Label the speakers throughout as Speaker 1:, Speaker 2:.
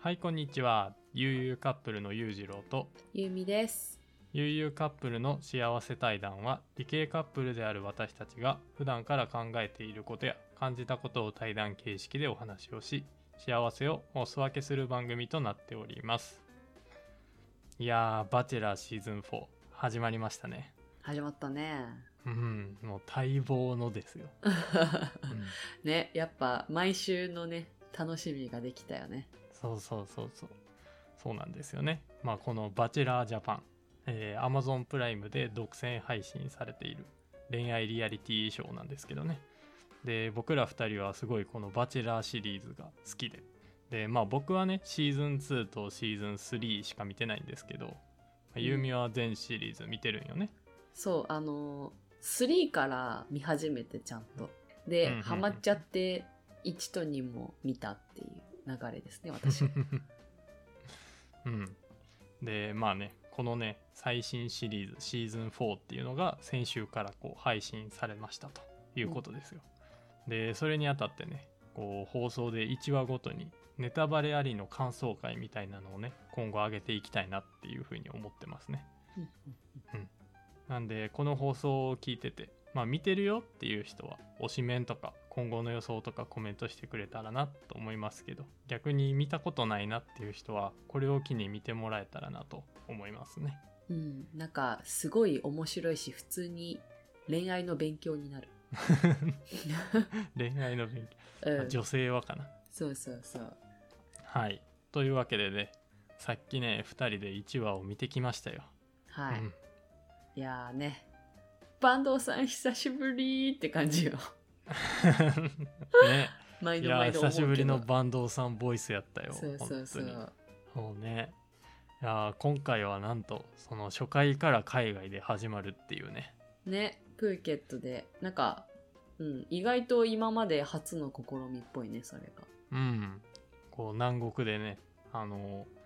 Speaker 1: はいこんにちは悠々カップルの裕次郎と
Speaker 2: ゆうみです。
Speaker 1: 悠々カップルの幸せ対談は理系カップルである私たちが普段から考えていることや感じたことを対談形式でお話をし幸せをお裾分けする番組となっておりますいやーバチェラーシーズン4始まりましたね
Speaker 2: 始まったね。
Speaker 1: うんもう待望のですよ、うん
Speaker 2: ね、やっぱ毎週のね、楽しみができたよね。
Speaker 1: そうそうそうそうそうなんですよねまあこの「バチェラー・ジャパン」えー、Amazon プライムで独占配信されている恋愛リアリティショーなんですけどねで僕ら2人はすごいこの「バチェラー」シリーズが好きででまあ僕はねシーズン2とシーズン3しか見てないんですけど、まあ、
Speaker 2: ん
Speaker 1: ゆうみは全シリーズ見てるんよね、
Speaker 2: そう、あのー、3から見始めてちゃんと。で、
Speaker 1: うんうんうん
Speaker 2: ハマっちゃって、1と2も見たっていう流れですね、私。
Speaker 1: うん、でまあねこのね最新シリーズシーズン4っていうのが先週からこう配信されましたということですよ、でそれにあたってねこう放送で1話ごとにネタバレありの感想会みたいなのをね今後上げていきたいなっていうふうに思ってますね
Speaker 2: うん
Speaker 1: なんでこの放送を聞いててまあ見てるよっていう人は推しメンとか今後の予想とかコメントしてくれたらなと思いますけど逆に見たことないなっていう人はこれを機に見てもらえたらなと思いますね
Speaker 2: うん、なんか、すごい面白いし、普通に恋愛の勉強にな る。
Speaker 1: 恋愛の勉
Speaker 2: う
Speaker 1: 強あ
Speaker 2: ん、
Speaker 1: 女性はかな
Speaker 2: そうそうそう。
Speaker 1: はいというわけでねさっきね2人で1話を見てきましたよ、
Speaker 2: はい。
Speaker 1: う ん
Speaker 2: いやーね、坂東さん久しぶりーって感じよ。
Speaker 1: ね
Speaker 2: 毎
Speaker 1: い
Speaker 2: 度
Speaker 1: や
Speaker 2: 毎度思
Speaker 1: 久
Speaker 2: うけど
Speaker 1: しぶりの坂東さんボイスやったよ
Speaker 2: そうそうそ
Speaker 1: 本当に
Speaker 2: う。
Speaker 1: そうね。いやー今回はなんとその初回から海外で始まるっていうね。
Speaker 2: ね、プーケットで、なんか、うん、意外と今まで初の試みっぽいね、それが。
Speaker 1: うん。こう南国でね、あのー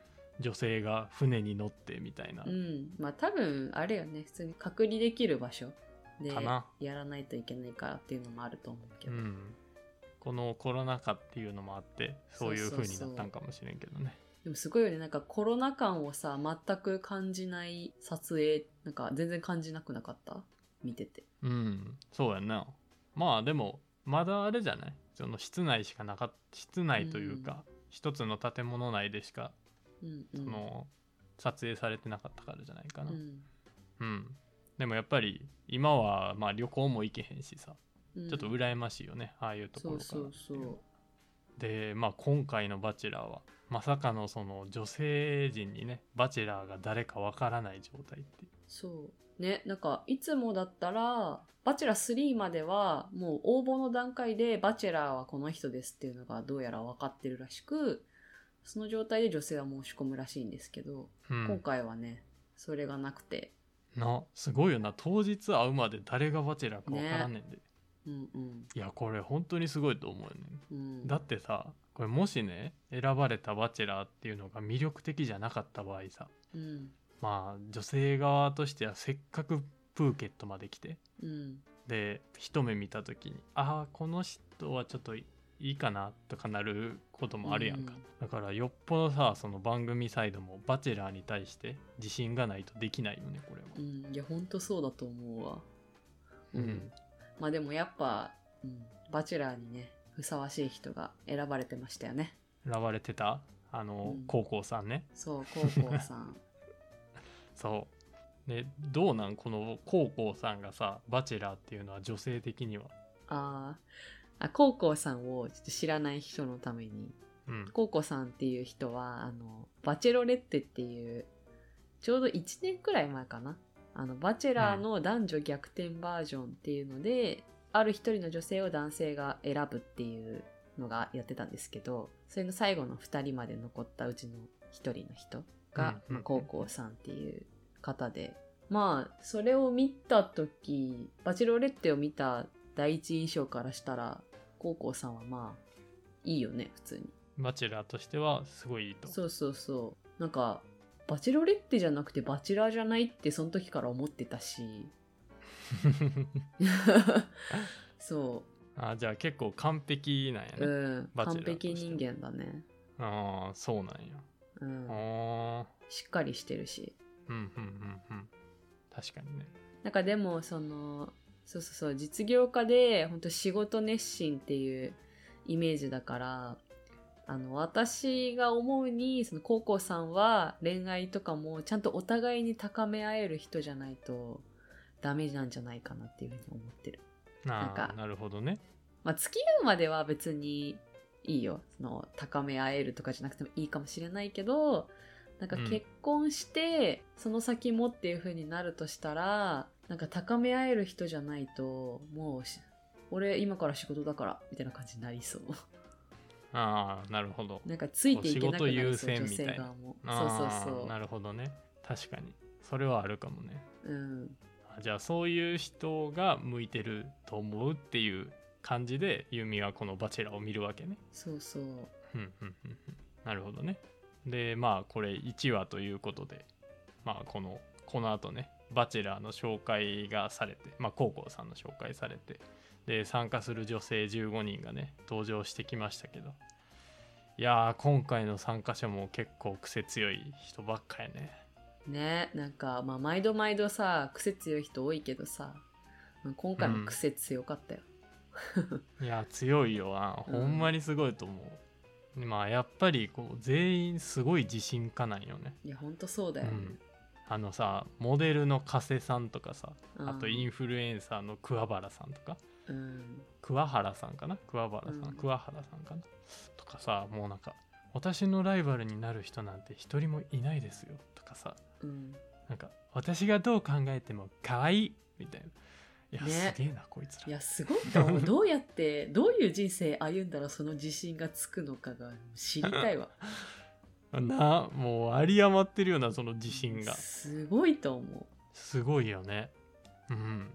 Speaker 1: 女性が船に乗ってみたいな。
Speaker 2: うん、まあ多分、あれよね、普通に隔離できる場所で
Speaker 1: かな
Speaker 2: やらないといけないからっていうのもあると思う
Speaker 1: う
Speaker 2: けど。
Speaker 1: んこのコロナ禍っていうのもあってそういう風にな
Speaker 2: そうそうそう
Speaker 1: ったんかもしれんけどね。
Speaker 2: でもすごいよね、なんかコロナ感をさ、全く感じない撮影、なんか全然感じなくなかった見てて。
Speaker 1: うん、そうやんな。まあでもまだあれじゃないその室内しかなかっ室内というか、一つの建物内でしか
Speaker 2: うん、う
Speaker 1: そ
Speaker 2: ん。
Speaker 1: の、撮影されてなかったからじゃないかな。
Speaker 2: うん
Speaker 1: うん、でもやっぱり今はまあ旅行も行けへんしさ
Speaker 2: うん、
Speaker 1: ちょっと羨ましいよね、ああいうとこ
Speaker 2: そ
Speaker 1: ろ
Speaker 2: う
Speaker 1: か
Speaker 2: そ
Speaker 1: ら
Speaker 2: うそう。
Speaker 1: で、まあ、今回の「バチェラーは」まさかのその女性陣にねバチェラーが誰かわからない状態っていう
Speaker 2: そうねなんかいつもだったら「バチェラー3」まではもう応募の段階で「バチェラーはこの人です」っていうのがどうやら分かってるらしくその状態で女性は申し込むらしいんですけど、
Speaker 1: う
Speaker 2: 今
Speaker 1: ん、
Speaker 2: 回はねそれがなくて
Speaker 1: なすごいよな当日会うまで誰がバチェラーかわからんねんで、
Speaker 2: うんうん
Speaker 1: いやこれ本当にすごいと思うよね
Speaker 2: うん
Speaker 1: だってさこれもしね選ばれたバチェラーっていうのが魅力的じゃなかった場合さ
Speaker 2: うん
Speaker 1: まあ女性側としてはせっかくプーケットまで来て
Speaker 2: うん
Speaker 1: で一目見た時にああこの人はちょっといいかなとかなることもあるやんか、
Speaker 2: うん
Speaker 1: だからよっぽどさその番組サイドも「バチェラー」に対して自信がないとできないよねこれは、
Speaker 2: うんいやほんとそうだと思うわ
Speaker 1: うん
Speaker 2: まあでもやっぱ、うん、バチェラーにねふさわしい人が選ばれてましたよね
Speaker 1: 選ばれてたあの、
Speaker 2: うん
Speaker 1: 高校さんね
Speaker 2: そう高校さ ん
Speaker 1: そうでどうなんこの高校さんがさ「バチェラー」っていうのは女性的には
Speaker 2: あーあ、コウコウさんをちょっと知らない人のために、
Speaker 1: うん
Speaker 2: コウコウさんっていう人は、あの、バチェロレッテっていう、ちょうど1年くらい前かな。あの、バチェラーの男女逆転バージョンっていうので、ある一人の女性を男性が選ぶっていうのがやってたんですけど、それの最後の2人まで残ったうちの1人の人が、
Speaker 1: うんうんうん
Speaker 2: まあコウコウさんっていう方で、まあそれを見た時バチェロレッテを見た第一印象からしたら高校さんはまあいいよね普通に
Speaker 1: バチェラーとしてはすごいいいと
Speaker 2: そうそうそうなんかバチェロレッテじゃなくてバチェラーじゃないってその時から思ってたしそ
Speaker 1: あじゃあ結構完璧なんや
Speaker 2: う、
Speaker 1: ね、
Speaker 2: うん、
Speaker 1: バチェラ
Speaker 2: 完
Speaker 1: ーとして
Speaker 2: 璧人間だね
Speaker 1: うああそうなんや
Speaker 2: うん
Speaker 1: あ、ー
Speaker 2: しっかりしてるし
Speaker 1: うんうんうんうん確かにね
Speaker 2: なんかでもそのそうそうそう実業家で本当仕事熱心っていうイメージだからあの私が思うにその高校さんは恋愛とかもちゃんとお互いに高め合える人じゃないとダメなんじゃないかなっていうふうに思ってる、
Speaker 1: あ
Speaker 2: なん
Speaker 1: あ
Speaker 2: か
Speaker 1: なるほどね
Speaker 2: まあ、付き合うまでは別にいいよその高め合えるとかじゃなくてもいいかもしれないけどなんか
Speaker 1: うん
Speaker 2: 結婚して、その先もっていう風になるとしたらなんか高め合える人じゃないともうし俺今から仕事だからみたいな感じになりそう
Speaker 1: ああなるほど
Speaker 2: なんかついていけなくなり
Speaker 1: お仕
Speaker 2: そ
Speaker 1: 事
Speaker 2: う
Speaker 1: 優先み
Speaker 2: 女
Speaker 1: た
Speaker 2: 性
Speaker 1: いな
Speaker 2: 側もそう
Speaker 1: ああ
Speaker 2: そう
Speaker 1: なるほどね確かにそれはあるかもね
Speaker 2: そううん
Speaker 1: あじゃあそういう人が向いてると思うっていう感じでユミはこの「バチェラー」を見るわけね
Speaker 2: そうそう
Speaker 1: うんうんうんうんなるほどねでまあこれ1話ということでまあこのこの後ね「バチェラー」の紹介がされてまあ高校さんの紹介されてで参加する女性15人がね登場してきましたけどいやー今回の参加者も結構癖強い人ばっかやね
Speaker 2: ねなんかまあ毎度毎度さ癖強い人多いけどさ今回も癖強かったよ、
Speaker 1: いや強いよな
Speaker 2: うん
Speaker 1: ほんまにすごいと思う、まあやっぱりこう全員すごい自信家なんよね
Speaker 2: いやほんとそうだよね、
Speaker 1: あのさモデルの加瀬さんとかさあとイ
Speaker 2: ン
Speaker 1: ンフルエンサーの桑原さんとか
Speaker 2: うん
Speaker 1: 桑原さんかな桑原さん、
Speaker 2: うん
Speaker 1: 桑原さんかなとかさもうなんか私のライバルになる人なんて一人もいないですよとかさ
Speaker 2: うん
Speaker 1: なんか私がどう考えても可愛いみたいないや、
Speaker 2: ね
Speaker 1: すげえなこいつら
Speaker 2: い やすごいと思うどうやってどういう人生歩んだらその自信がつくのかが知りたいわ
Speaker 1: なもう有り余ってるようなその 自信が
Speaker 2: すごいと思
Speaker 1: すごいよねうん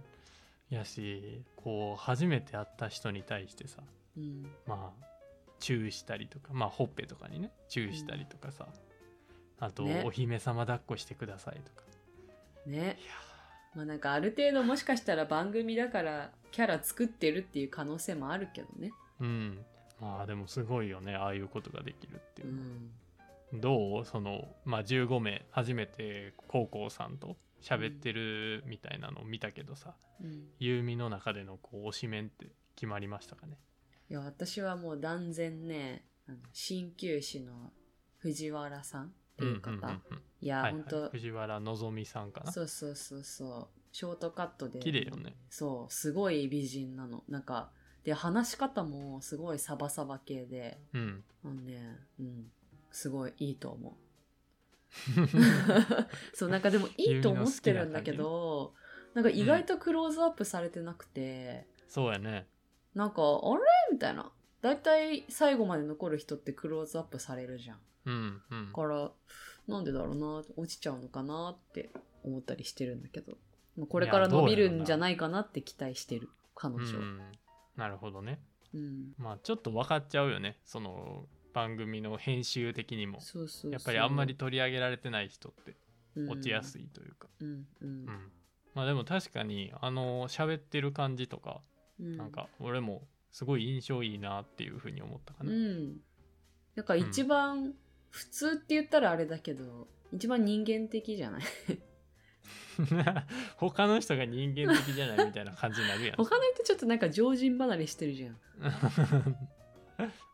Speaker 1: やしこう初めて会った人に対してさ
Speaker 2: う、うん、
Speaker 1: まあチューしたりとかまあほっぺとかにねチューしたりとかさ、あと、
Speaker 2: ね
Speaker 1: お姫様抱っこしてくださいとか
Speaker 2: ね
Speaker 1: い
Speaker 2: まあなんかある程度もしかしたら番組だからキャラ作ってるっていう可能性もあるけどね
Speaker 1: やーうんまあでもすごいよねああいうことができるっていううのは、
Speaker 2: ん
Speaker 1: どうそのまあ15名初めて高校さんと喋ってるみたいなのを見たけどさ、
Speaker 2: うん
Speaker 1: ユーミの中でのこう推しメンって決まりましたかね
Speaker 2: いや私はもう断然ねあの鍼灸師の藤原さんっていう方、
Speaker 1: んんんうん
Speaker 2: いや、
Speaker 1: はい
Speaker 2: ほ
Speaker 1: は
Speaker 2: ん
Speaker 1: い
Speaker 2: と
Speaker 1: 藤原のぞみさんかな
Speaker 2: そうそうそうそうショートカットで
Speaker 1: 綺麗よね
Speaker 2: そうすごい美人なのなんかで話し方もすごいサバサバ系で
Speaker 1: うん
Speaker 2: あのねうんすごいいいと思うそうなんか でもいいと思ってるんだけどなんか意外とクローズアップされてなくて、
Speaker 1: そうやね
Speaker 2: なんかあれみたいな大体最後まで残る人ってクローズアップされるじゃん
Speaker 1: うんうん
Speaker 2: だからなんでだろうな落ちちゃうのかなって思ったりしてるんだけどまあこれから伸びるんじゃないかなって期待してる彼
Speaker 1: う
Speaker 2: 女、
Speaker 1: んなるほどね
Speaker 2: うん、
Speaker 1: まあちょっと分かっちゃうよねその番組の編集的にも
Speaker 2: そうそうそう
Speaker 1: やっぱりあんまり取り上げられてない人って落ちやす
Speaker 2: い、
Speaker 1: いというか、
Speaker 2: うんうん
Speaker 1: うんまあでも確かにあの喋ってる感じとか、
Speaker 2: うん、
Speaker 1: なんか俺もすごい印象いいなっていうふうに思ったか
Speaker 2: う
Speaker 1: な、
Speaker 2: んだから一番普通って言ったらあれだけど一番人間的じゃない
Speaker 1: 他の人が人間的じゃないみたいな感じになるやん
Speaker 2: 他の人ちょっとなんか常人離れしてるじゃん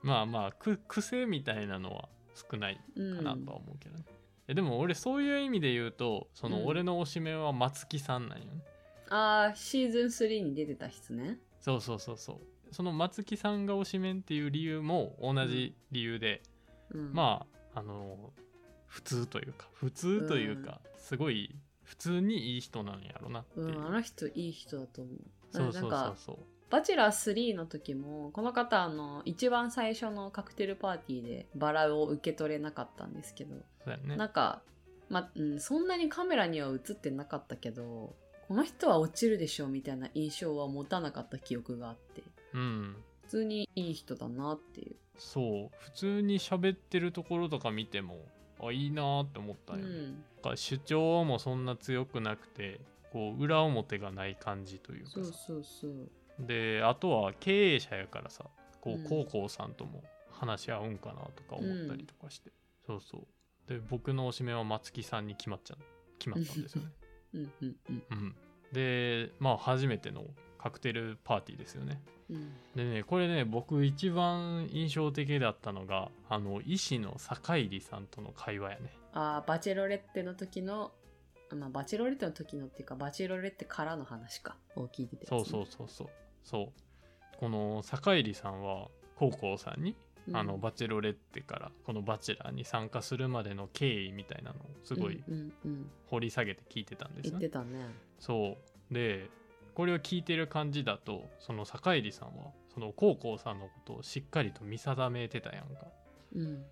Speaker 1: まあまあく癖みたいなのは少ない
Speaker 2: うん
Speaker 1: かなとは思うけどね、えでも俺そういう意味で言うとそ
Speaker 2: うん
Speaker 1: の俺の推しメンは松木さんなんよね、
Speaker 2: ああシーズン3に出てた人ね
Speaker 1: そうそうそうそうその松木さんが推しメンっていう理由も同じ理由で、
Speaker 2: うん
Speaker 1: まああの普通というか普通というか、すごい普通にいい人なんやろなっていう、
Speaker 2: うん、あの人いい人だと思う
Speaker 1: そうそう
Speaker 2: な
Speaker 1: そ
Speaker 2: ん
Speaker 1: う
Speaker 2: か
Speaker 1: そう
Speaker 2: バチェラー3の時もこの方あの一番最初のカクテルパーティーでバラを受け取れなかったんですけど
Speaker 1: そうや
Speaker 2: な
Speaker 1: ね
Speaker 2: んか、まうん、そんなにカメラには映ってなかったけどこの人は落ちるでしょうみたいな印象は持たなかった記憶があって
Speaker 1: うん
Speaker 2: 普通にいい人だなっていう、
Speaker 1: そう普通に喋ってるところとか見てもあいいなーって思った
Speaker 2: う
Speaker 1: よね、
Speaker 2: ん、
Speaker 1: なんか主張もそんな強くなくてこう裏表がない感じというか
Speaker 2: そう
Speaker 1: さ
Speaker 2: そうそう
Speaker 1: であとは経営者やからさこ
Speaker 2: う
Speaker 1: う
Speaker 2: ん
Speaker 1: 高校さんとも話し合うんかなとか思ったりとかして、そうそうで僕のおしめは松木さんに決まっちゃ決まったんですよね、
Speaker 2: うんうんうん
Speaker 1: うん、でまあ初めてのカクテルパーティーですよね
Speaker 2: うん
Speaker 1: でねこれね僕一番印象的だったのがあの医師の坂入さんとの会話やね
Speaker 2: ああバチェロレッテの時のまあバチェロレッテの時のっていうかバチェロレッテからの話かを聞いてて、
Speaker 1: そうそうそうそうそうこの坂入さんは高校さんに、
Speaker 2: うん
Speaker 1: あのバチェロレッテからこの「バチェラー」に参加するまでの経緯みたいなのをすごい
Speaker 2: うんうんうん
Speaker 1: 掘り下げて聞いてたんです
Speaker 2: 言
Speaker 1: よ
Speaker 2: って
Speaker 1: ね、
Speaker 2: たね
Speaker 1: そうでこれを聞いてる感じだとその坂入さんはその高校さんのことをしっかりと見定めてたやんか
Speaker 2: うん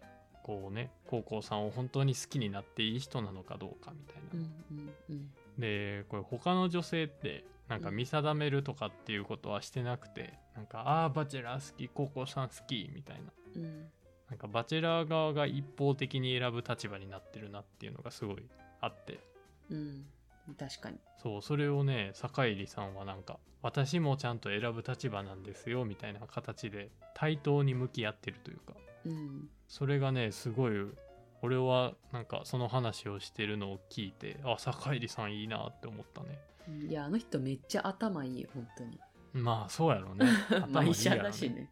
Speaker 1: こうね高校さんを本当に好きになっていい人なのかどうかみたいな、
Speaker 2: うんうんうん
Speaker 1: でこれ他の女性ってなんか見定めるとかっていうことはしてなくて、なんか「ああバチェラー好き高校さん好き」みたいな
Speaker 2: うん
Speaker 1: なんかバチェラー側が一方的に選ぶ立場になってるなっていうのがすごいあって
Speaker 2: うん確かに
Speaker 1: そうそれをね坂入さんはなんか「私もちゃんと選ぶ立場なんですよ」みたいな形で対等に向き合ってるというか
Speaker 2: うん
Speaker 1: それがねすごい俺はなんかその話をしてるのを聞いてあ坂入さんいいなって思ったね
Speaker 2: うんいやあの人めっちゃ頭いい本当に
Speaker 1: まあそうやろうね
Speaker 2: まあ
Speaker 1: 頭い
Speaker 2: 医
Speaker 1: いや
Speaker 2: 者
Speaker 1: ろ
Speaker 2: だしね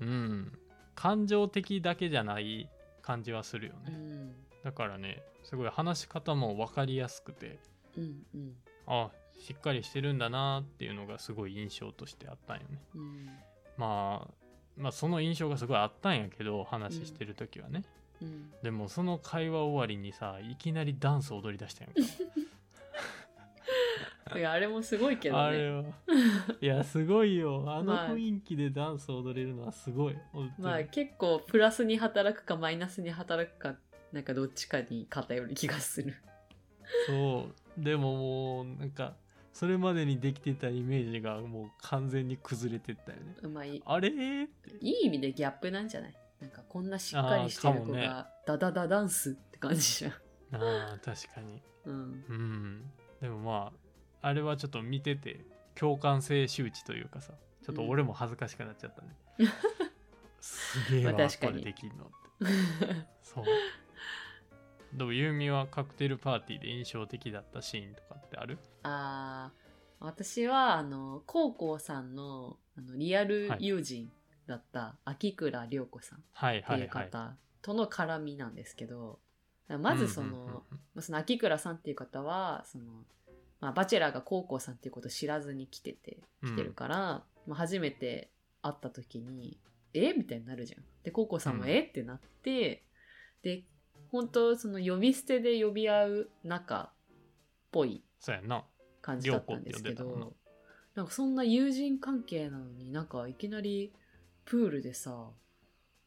Speaker 1: うん感情的だけじゃない感じはするよ
Speaker 2: う
Speaker 1: ね、
Speaker 2: ん
Speaker 1: だからねすごい話し方も分かりやすくて
Speaker 2: うんうん
Speaker 1: あしっかりしてるんだなっていうのがすごい印象としてあったんよね
Speaker 2: うん
Speaker 1: まあまあその印象がすごいあったんやけど話してる時はね、
Speaker 2: うん
Speaker 1: でもその会話終わりにさいきなりダンス踊り出 したやんか
Speaker 2: いやあれもすごいけど
Speaker 1: あれ
Speaker 2: ね
Speaker 1: はいやすごいよあの
Speaker 2: まあ
Speaker 1: 雰囲気でダンス踊れるのはすごい、本当に
Speaker 2: まあ結構プラスに働くかマイナスに働くかなんかどっちかに偏る気がする
Speaker 1: そうでももうなんかそれまでにできてたイメージがもう完全に崩れてったよね
Speaker 2: う まい
Speaker 1: あれーって
Speaker 2: いい意味でギャップなんじゃないなんかこんなしっかりしてる
Speaker 1: あー
Speaker 2: 子
Speaker 1: か
Speaker 2: がダダダダンスって感じじゃん。
Speaker 1: ああ確かに
Speaker 2: うん、
Speaker 1: うんでもまああれはちょっと見てて共感性周知というかさちょっと俺も恥ずかしくなっちゃったね、すげえわ、
Speaker 2: まあ確か
Speaker 1: こ
Speaker 2: に
Speaker 1: れできんのってそうでもユーミはカクテルパーティーで印象的だったシーンとかってある
Speaker 2: あー私はあの高校さんのあのリアル友人だった秋倉涼子さんっ
Speaker 1: はいは
Speaker 2: てい
Speaker 1: いうはい
Speaker 2: 方との絡みなんですけど、まずその,、
Speaker 1: うんうんうんうん
Speaker 2: まあその秋倉さんっていう方はその、まあ、バチェラーが高校さんっていうことを知らずに来てて来てるから、まあ、初めて会った時に「えみたいになるじゃん。で高校さんも「
Speaker 1: うん
Speaker 2: えってなってで本当その呼び捨てで呼び合う仲っぽい
Speaker 1: そうやんな
Speaker 2: 感じだったんですけ
Speaker 1: 良子って呼んでたもん
Speaker 2: どなんかそんな友人関係なのになんかいきなりプールでさも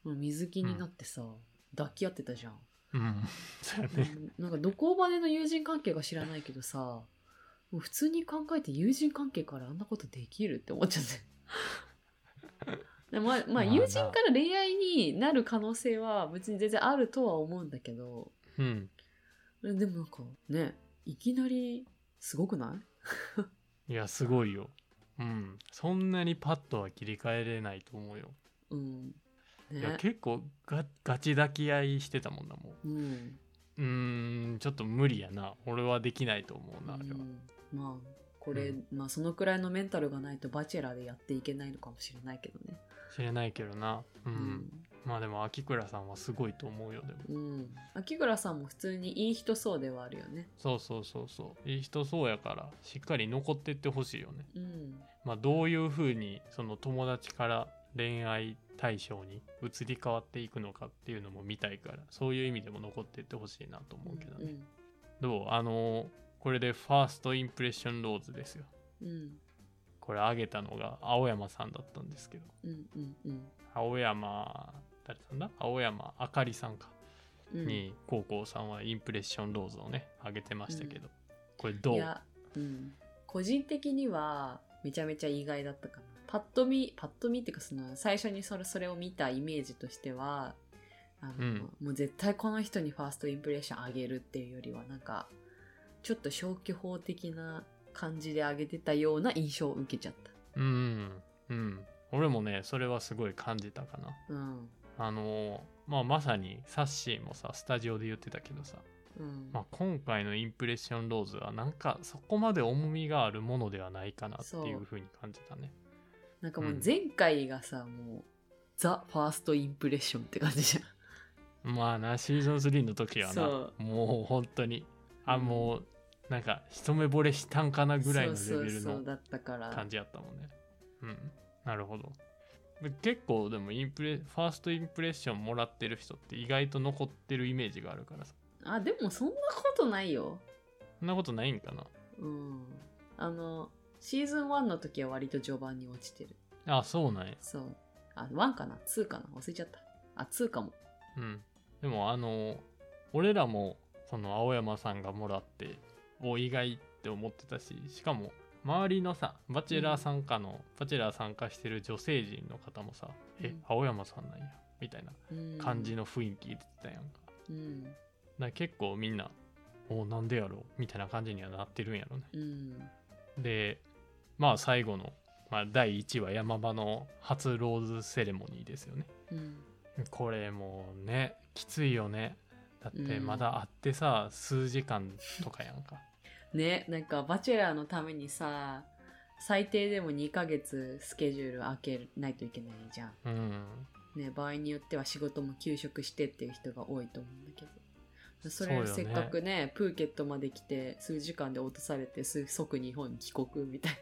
Speaker 2: う水着になってさ、抱き合ってたじゃん。
Speaker 1: うんそうやね
Speaker 2: うんなんかどこまでの友人関係か知らないけどさもう普通に考えて友人関係からあんなことできるって思っちゃってでまあま
Speaker 1: まあ
Speaker 2: あ
Speaker 1: な
Speaker 2: 友人から恋愛になる可能性は別に全然あるとは思うんだけど
Speaker 1: うん
Speaker 2: でもなんかねいきなりすごくない
Speaker 1: いやすごいようんそんなにパッとは切り替えれないと思うよ、
Speaker 2: うん
Speaker 1: いや
Speaker 2: ね
Speaker 1: 結構ガガチ抱き合いしてたもんなも
Speaker 2: うん、
Speaker 1: ううーんちょっと無理やな俺はできないと思うなあれ
Speaker 2: う
Speaker 1: は、
Speaker 2: んまあこれ、
Speaker 1: うん
Speaker 2: まあそのくらいのメンタルがないとバチェラーでやっていけないのかもしれないけどね
Speaker 1: 知れないけどなうん、
Speaker 2: うん
Speaker 1: まあでも秋倉さんはすごいと思うよでも
Speaker 2: うん、秋倉さんも普通にいい人そうではあるよね。
Speaker 1: そうそうそうそういい人そうやからしっかり残ってってほしいよね
Speaker 2: うん、
Speaker 1: まあどういうふうにその友達から恋愛対象に移り変わっていくのかっていうのも見たいからそういう意味でも残ってってほしいなと思うけどね、どうあのーこれでファーストインプレッションローズですよ。
Speaker 2: うん、うん、
Speaker 1: これ上げたのが青山さんだったんですけど。
Speaker 2: うん、うん、うん、
Speaker 1: 青山、誰さんだ青山あかりさんか。
Speaker 2: うん、
Speaker 1: に、高校さんはインプレッションローズをね、上げてましたけど。これど
Speaker 2: いうや、うん、個人的にはめちゃめちゃ意外だったかな。パッと見、パッと見っていうかその最初にそれそれを見たイメージとしては、あの、
Speaker 1: うん
Speaker 2: もう絶対この人にファーストインプレッションあげるっていうよりはなんかちょっと消去法的な感じであげてたような印象を受けちゃっ
Speaker 1: うん、うん。俺もね、それはすごい感じたかな。
Speaker 2: た。うん、
Speaker 1: あのまあ、まさにサッシーもさスタジオで言ってたけどさ、
Speaker 2: うん
Speaker 1: まあ、今回のインプレッションローズはなんかそこまで重みがあるものではないかなっていうふうに感じたね
Speaker 2: なんかもううん前回がさ、もうザ・ファーストインプレッションって感じじゃん
Speaker 1: まあなシーズン3の時は
Speaker 2: そ
Speaker 1: なもう本当にあ、
Speaker 2: うん
Speaker 1: もうなんか一目惚れしたんかなぐらいのレベル
Speaker 2: そうそうそ
Speaker 1: の
Speaker 2: うだったから
Speaker 1: 感じやったもんねうんなるほどで結構でもインプレファーストインプレッションもらってる人って意外と残ってるイメージがあるからさ
Speaker 2: あでもそんなことないよ
Speaker 1: そんなことないんかな
Speaker 2: うんあのシーズン1の時は割と序盤に落ちてる
Speaker 1: あそうなんや
Speaker 2: そうあ1かな2かな忘れちゃったあ2かも
Speaker 1: うんでもあの俺らもその青山さんがもらってお意外って思ってたししかも周りのさバチェラー参加の、バチェラー参加してる女性陣の方もさ「
Speaker 2: う
Speaker 1: え
Speaker 2: ん
Speaker 1: 青山さんなんや」みたいな
Speaker 2: うん
Speaker 1: 感じの雰囲気出てたやんか,、
Speaker 2: うん
Speaker 1: だから結構みんな「おなんでやろ?」みたいな感じにはなってるんやろね
Speaker 2: うん
Speaker 1: でまあ最後の、まあ、第1話山場の初ローズセレモニーですよね
Speaker 2: うん
Speaker 1: これもうねきついよねだって
Speaker 2: うん
Speaker 1: まだ会ってさ、数時間とかやん か
Speaker 2: ねなんか「バチェラー」のためにさ最低でも2ヶ月スケジュール開けないといけないじゃん
Speaker 1: うん
Speaker 2: ね、場合によっては仕事も休職してっていう人が多いと思うんだけどそ
Speaker 1: そう
Speaker 2: れ
Speaker 1: よね
Speaker 2: せっかくねプーケットまで来て数時間で落とされてす即日本に帰国みたい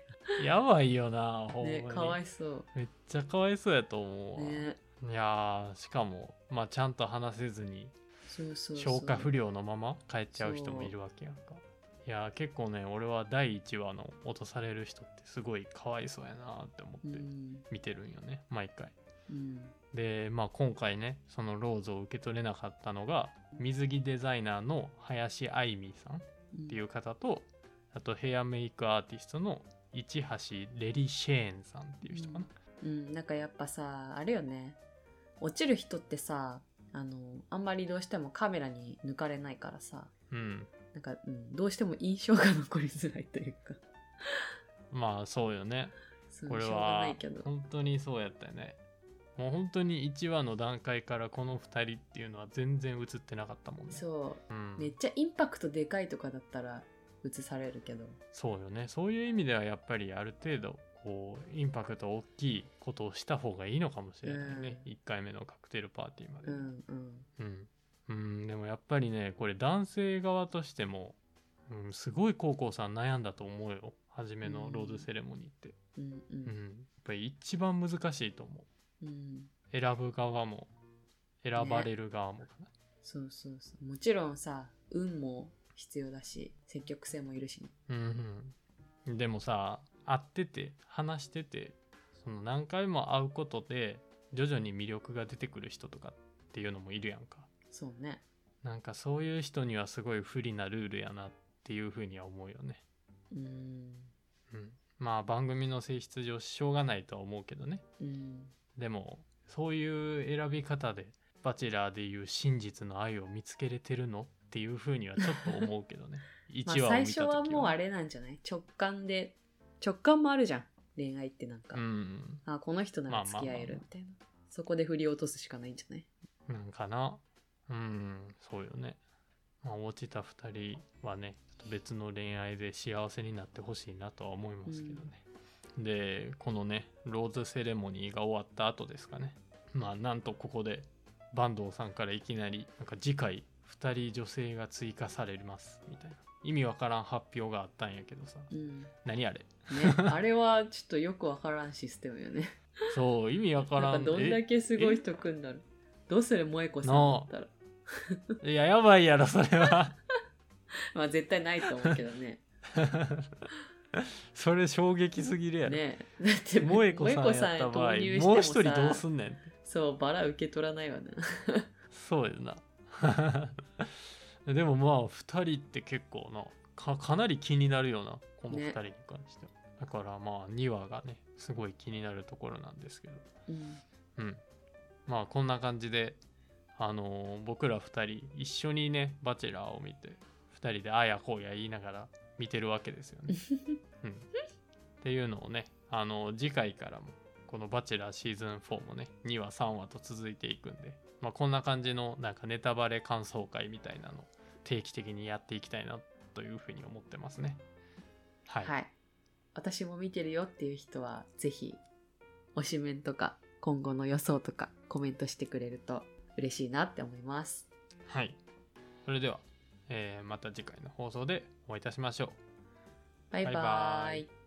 Speaker 1: やばいよなほ
Speaker 2: なん
Speaker 1: まに、
Speaker 2: ねかわいそ
Speaker 1: めっちゃかわいそうやと思
Speaker 2: う
Speaker 1: うわ、
Speaker 2: ね
Speaker 1: いやーしかもまあちゃんと話せずに
Speaker 2: そうそうそう
Speaker 1: 消化不良のまま帰っちゃう人もいるわけやんかいやー結構ね俺は第1話の落とされる人ってすごいかわいそうやなって思
Speaker 2: う
Speaker 1: って
Speaker 2: ん
Speaker 1: 見てるんよね、毎回
Speaker 2: うん
Speaker 1: で、まあ、今回ねそのローズを受け取れなかったのが水着デザイナーの林愛美さんっていう方とあとヘアメイクアーティストの市橋レリ・シェーンさんっていう人かな、
Speaker 2: うん、なんかやっぱさあれよね落ちる人ってさあのあんまりどうしてもカメラに抜かれないからさ
Speaker 1: うん、
Speaker 2: なんか、うん、どうしても印象が残りづらいというか
Speaker 1: まあそうよね
Speaker 2: そう
Speaker 1: これ
Speaker 2: しょうがな
Speaker 1: はい
Speaker 2: けど
Speaker 1: 本当にそうやったよねもう本当に1話の段階からこの2人っていうのは全然映ってなかったもんね
Speaker 2: そう
Speaker 1: うん
Speaker 2: めっちゃインパクトでかいとかだったら映されるけど
Speaker 1: そうよねそういう意味ではやっぱりある程度こうインパクト大きいことをした方がいいのかもしれないね、1回目のカクテルパーティーまで
Speaker 2: う
Speaker 1: に、
Speaker 2: んうん
Speaker 1: うんうんでもやっぱりねこれ男性側としても、うん、すごい高校さん悩んだと思うよ初めのローズセレモニーって、
Speaker 2: うんう
Speaker 1: うん
Speaker 2: ん
Speaker 1: やっぱり一番難しいと思
Speaker 2: うん
Speaker 1: う選ぶ側も選ばれる側もかな、
Speaker 2: そうそうそうもちろんさ運も必要だし積極性もいるしね
Speaker 1: うんうん、でもさ会ってて話しててその何回も会うことで徐々に魅力が出てくる人とかっていうのもいるやんか
Speaker 2: そうね
Speaker 1: なんかそういう人にはすごい不利なルールやなっていうふうには思うよね、
Speaker 2: うん
Speaker 1: うん、まあ番組の性質上しょうがないとは思うけどね
Speaker 2: うん
Speaker 1: でもそういう選び方で「バチェラー」でいう真実の愛を見つけれてるのっていうふうにはちょっと思うけどね
Speaker 2: まあ
Speaker 1: 1話を見た時は、
Speaker 2: 最初はもうあれなんじゃない直感で直感もあるじゃん恋愛ってなんか、
Speaker 1: うん
Speaker 2: あこの人な
Speaker 1: まあ
Speaker 2: ら
Speaker 1: まあ
Speaker 2: 付き合えるみたいな、そこで振り落とすしかないんじゃない
Speaker 1: なんかな。うん、そうよね。まあ、落ちた2人はね、ちょっと別の恋愛で幸せになってほしいなとは思いますけどね。で、このね、ローズセレモニーが終わった後ですかね。まあ、なんとここで、坂東さんからいきなり、なんか次回、2人女性が追加されます、みたいな。意味わからん発表があったんやけどさ。
Speaker 2: うんね
Speaker 1: 何あれ
Speaker 2: あれはちょっとよくわからんシステム よね
Speaker 1: そう、意味わからん。
Speaker 2: なんかどんだけすごい人組んだろうどうする萌子さんだったら
Speaker 1: えいや、やばいやろ、それは。
Speaker 2: まあ絶対ないと思うけどね
Speaker 1: それ衝撃すぎるやろ。
Speaker 2: ねだって
Speaker 1: 萌子さんやった場合
Speaker 2: 萌子さん投入しても
Speaker 1: もう一人どうすんねん
Speaker 2: そうバラ受け取らないわね
Speaker 1: そうやな でもまあ2人って結構なかかなり気になるようなこの2人に関しては、だからまあ2話がねすごい気になるところなんですけど
Speaker 2: うん
Speaker 1: うんまあこんな感じであのー僕ら2人一緒にね「バチェラー」を見て2人でああやこうや言いながら 見てるわけですよね、うん、っていうのをねあのー次回からもここの「バチェラーシーズン4」もね2話3話と続いていくんで、まあ、こんな感じのなんかネタバレ感想会みたいなの定期的にやっていきたいなというふうに思ってますねはい、
Speaker 2: はい。私も見てるよっていう人は、ぜひ、推しメンとか、今後の予想とか、コメントしてくれると嬉しいなって思います。
Speaker 1: はい、それでは、えーまた次回の放送でお会いいたしましょう
Speaker 2: バイバ
Speaker 1: バイバ
Speaker 2: ー
Speaker 1: ー
Speaker 2: イ
Speaker 1: イ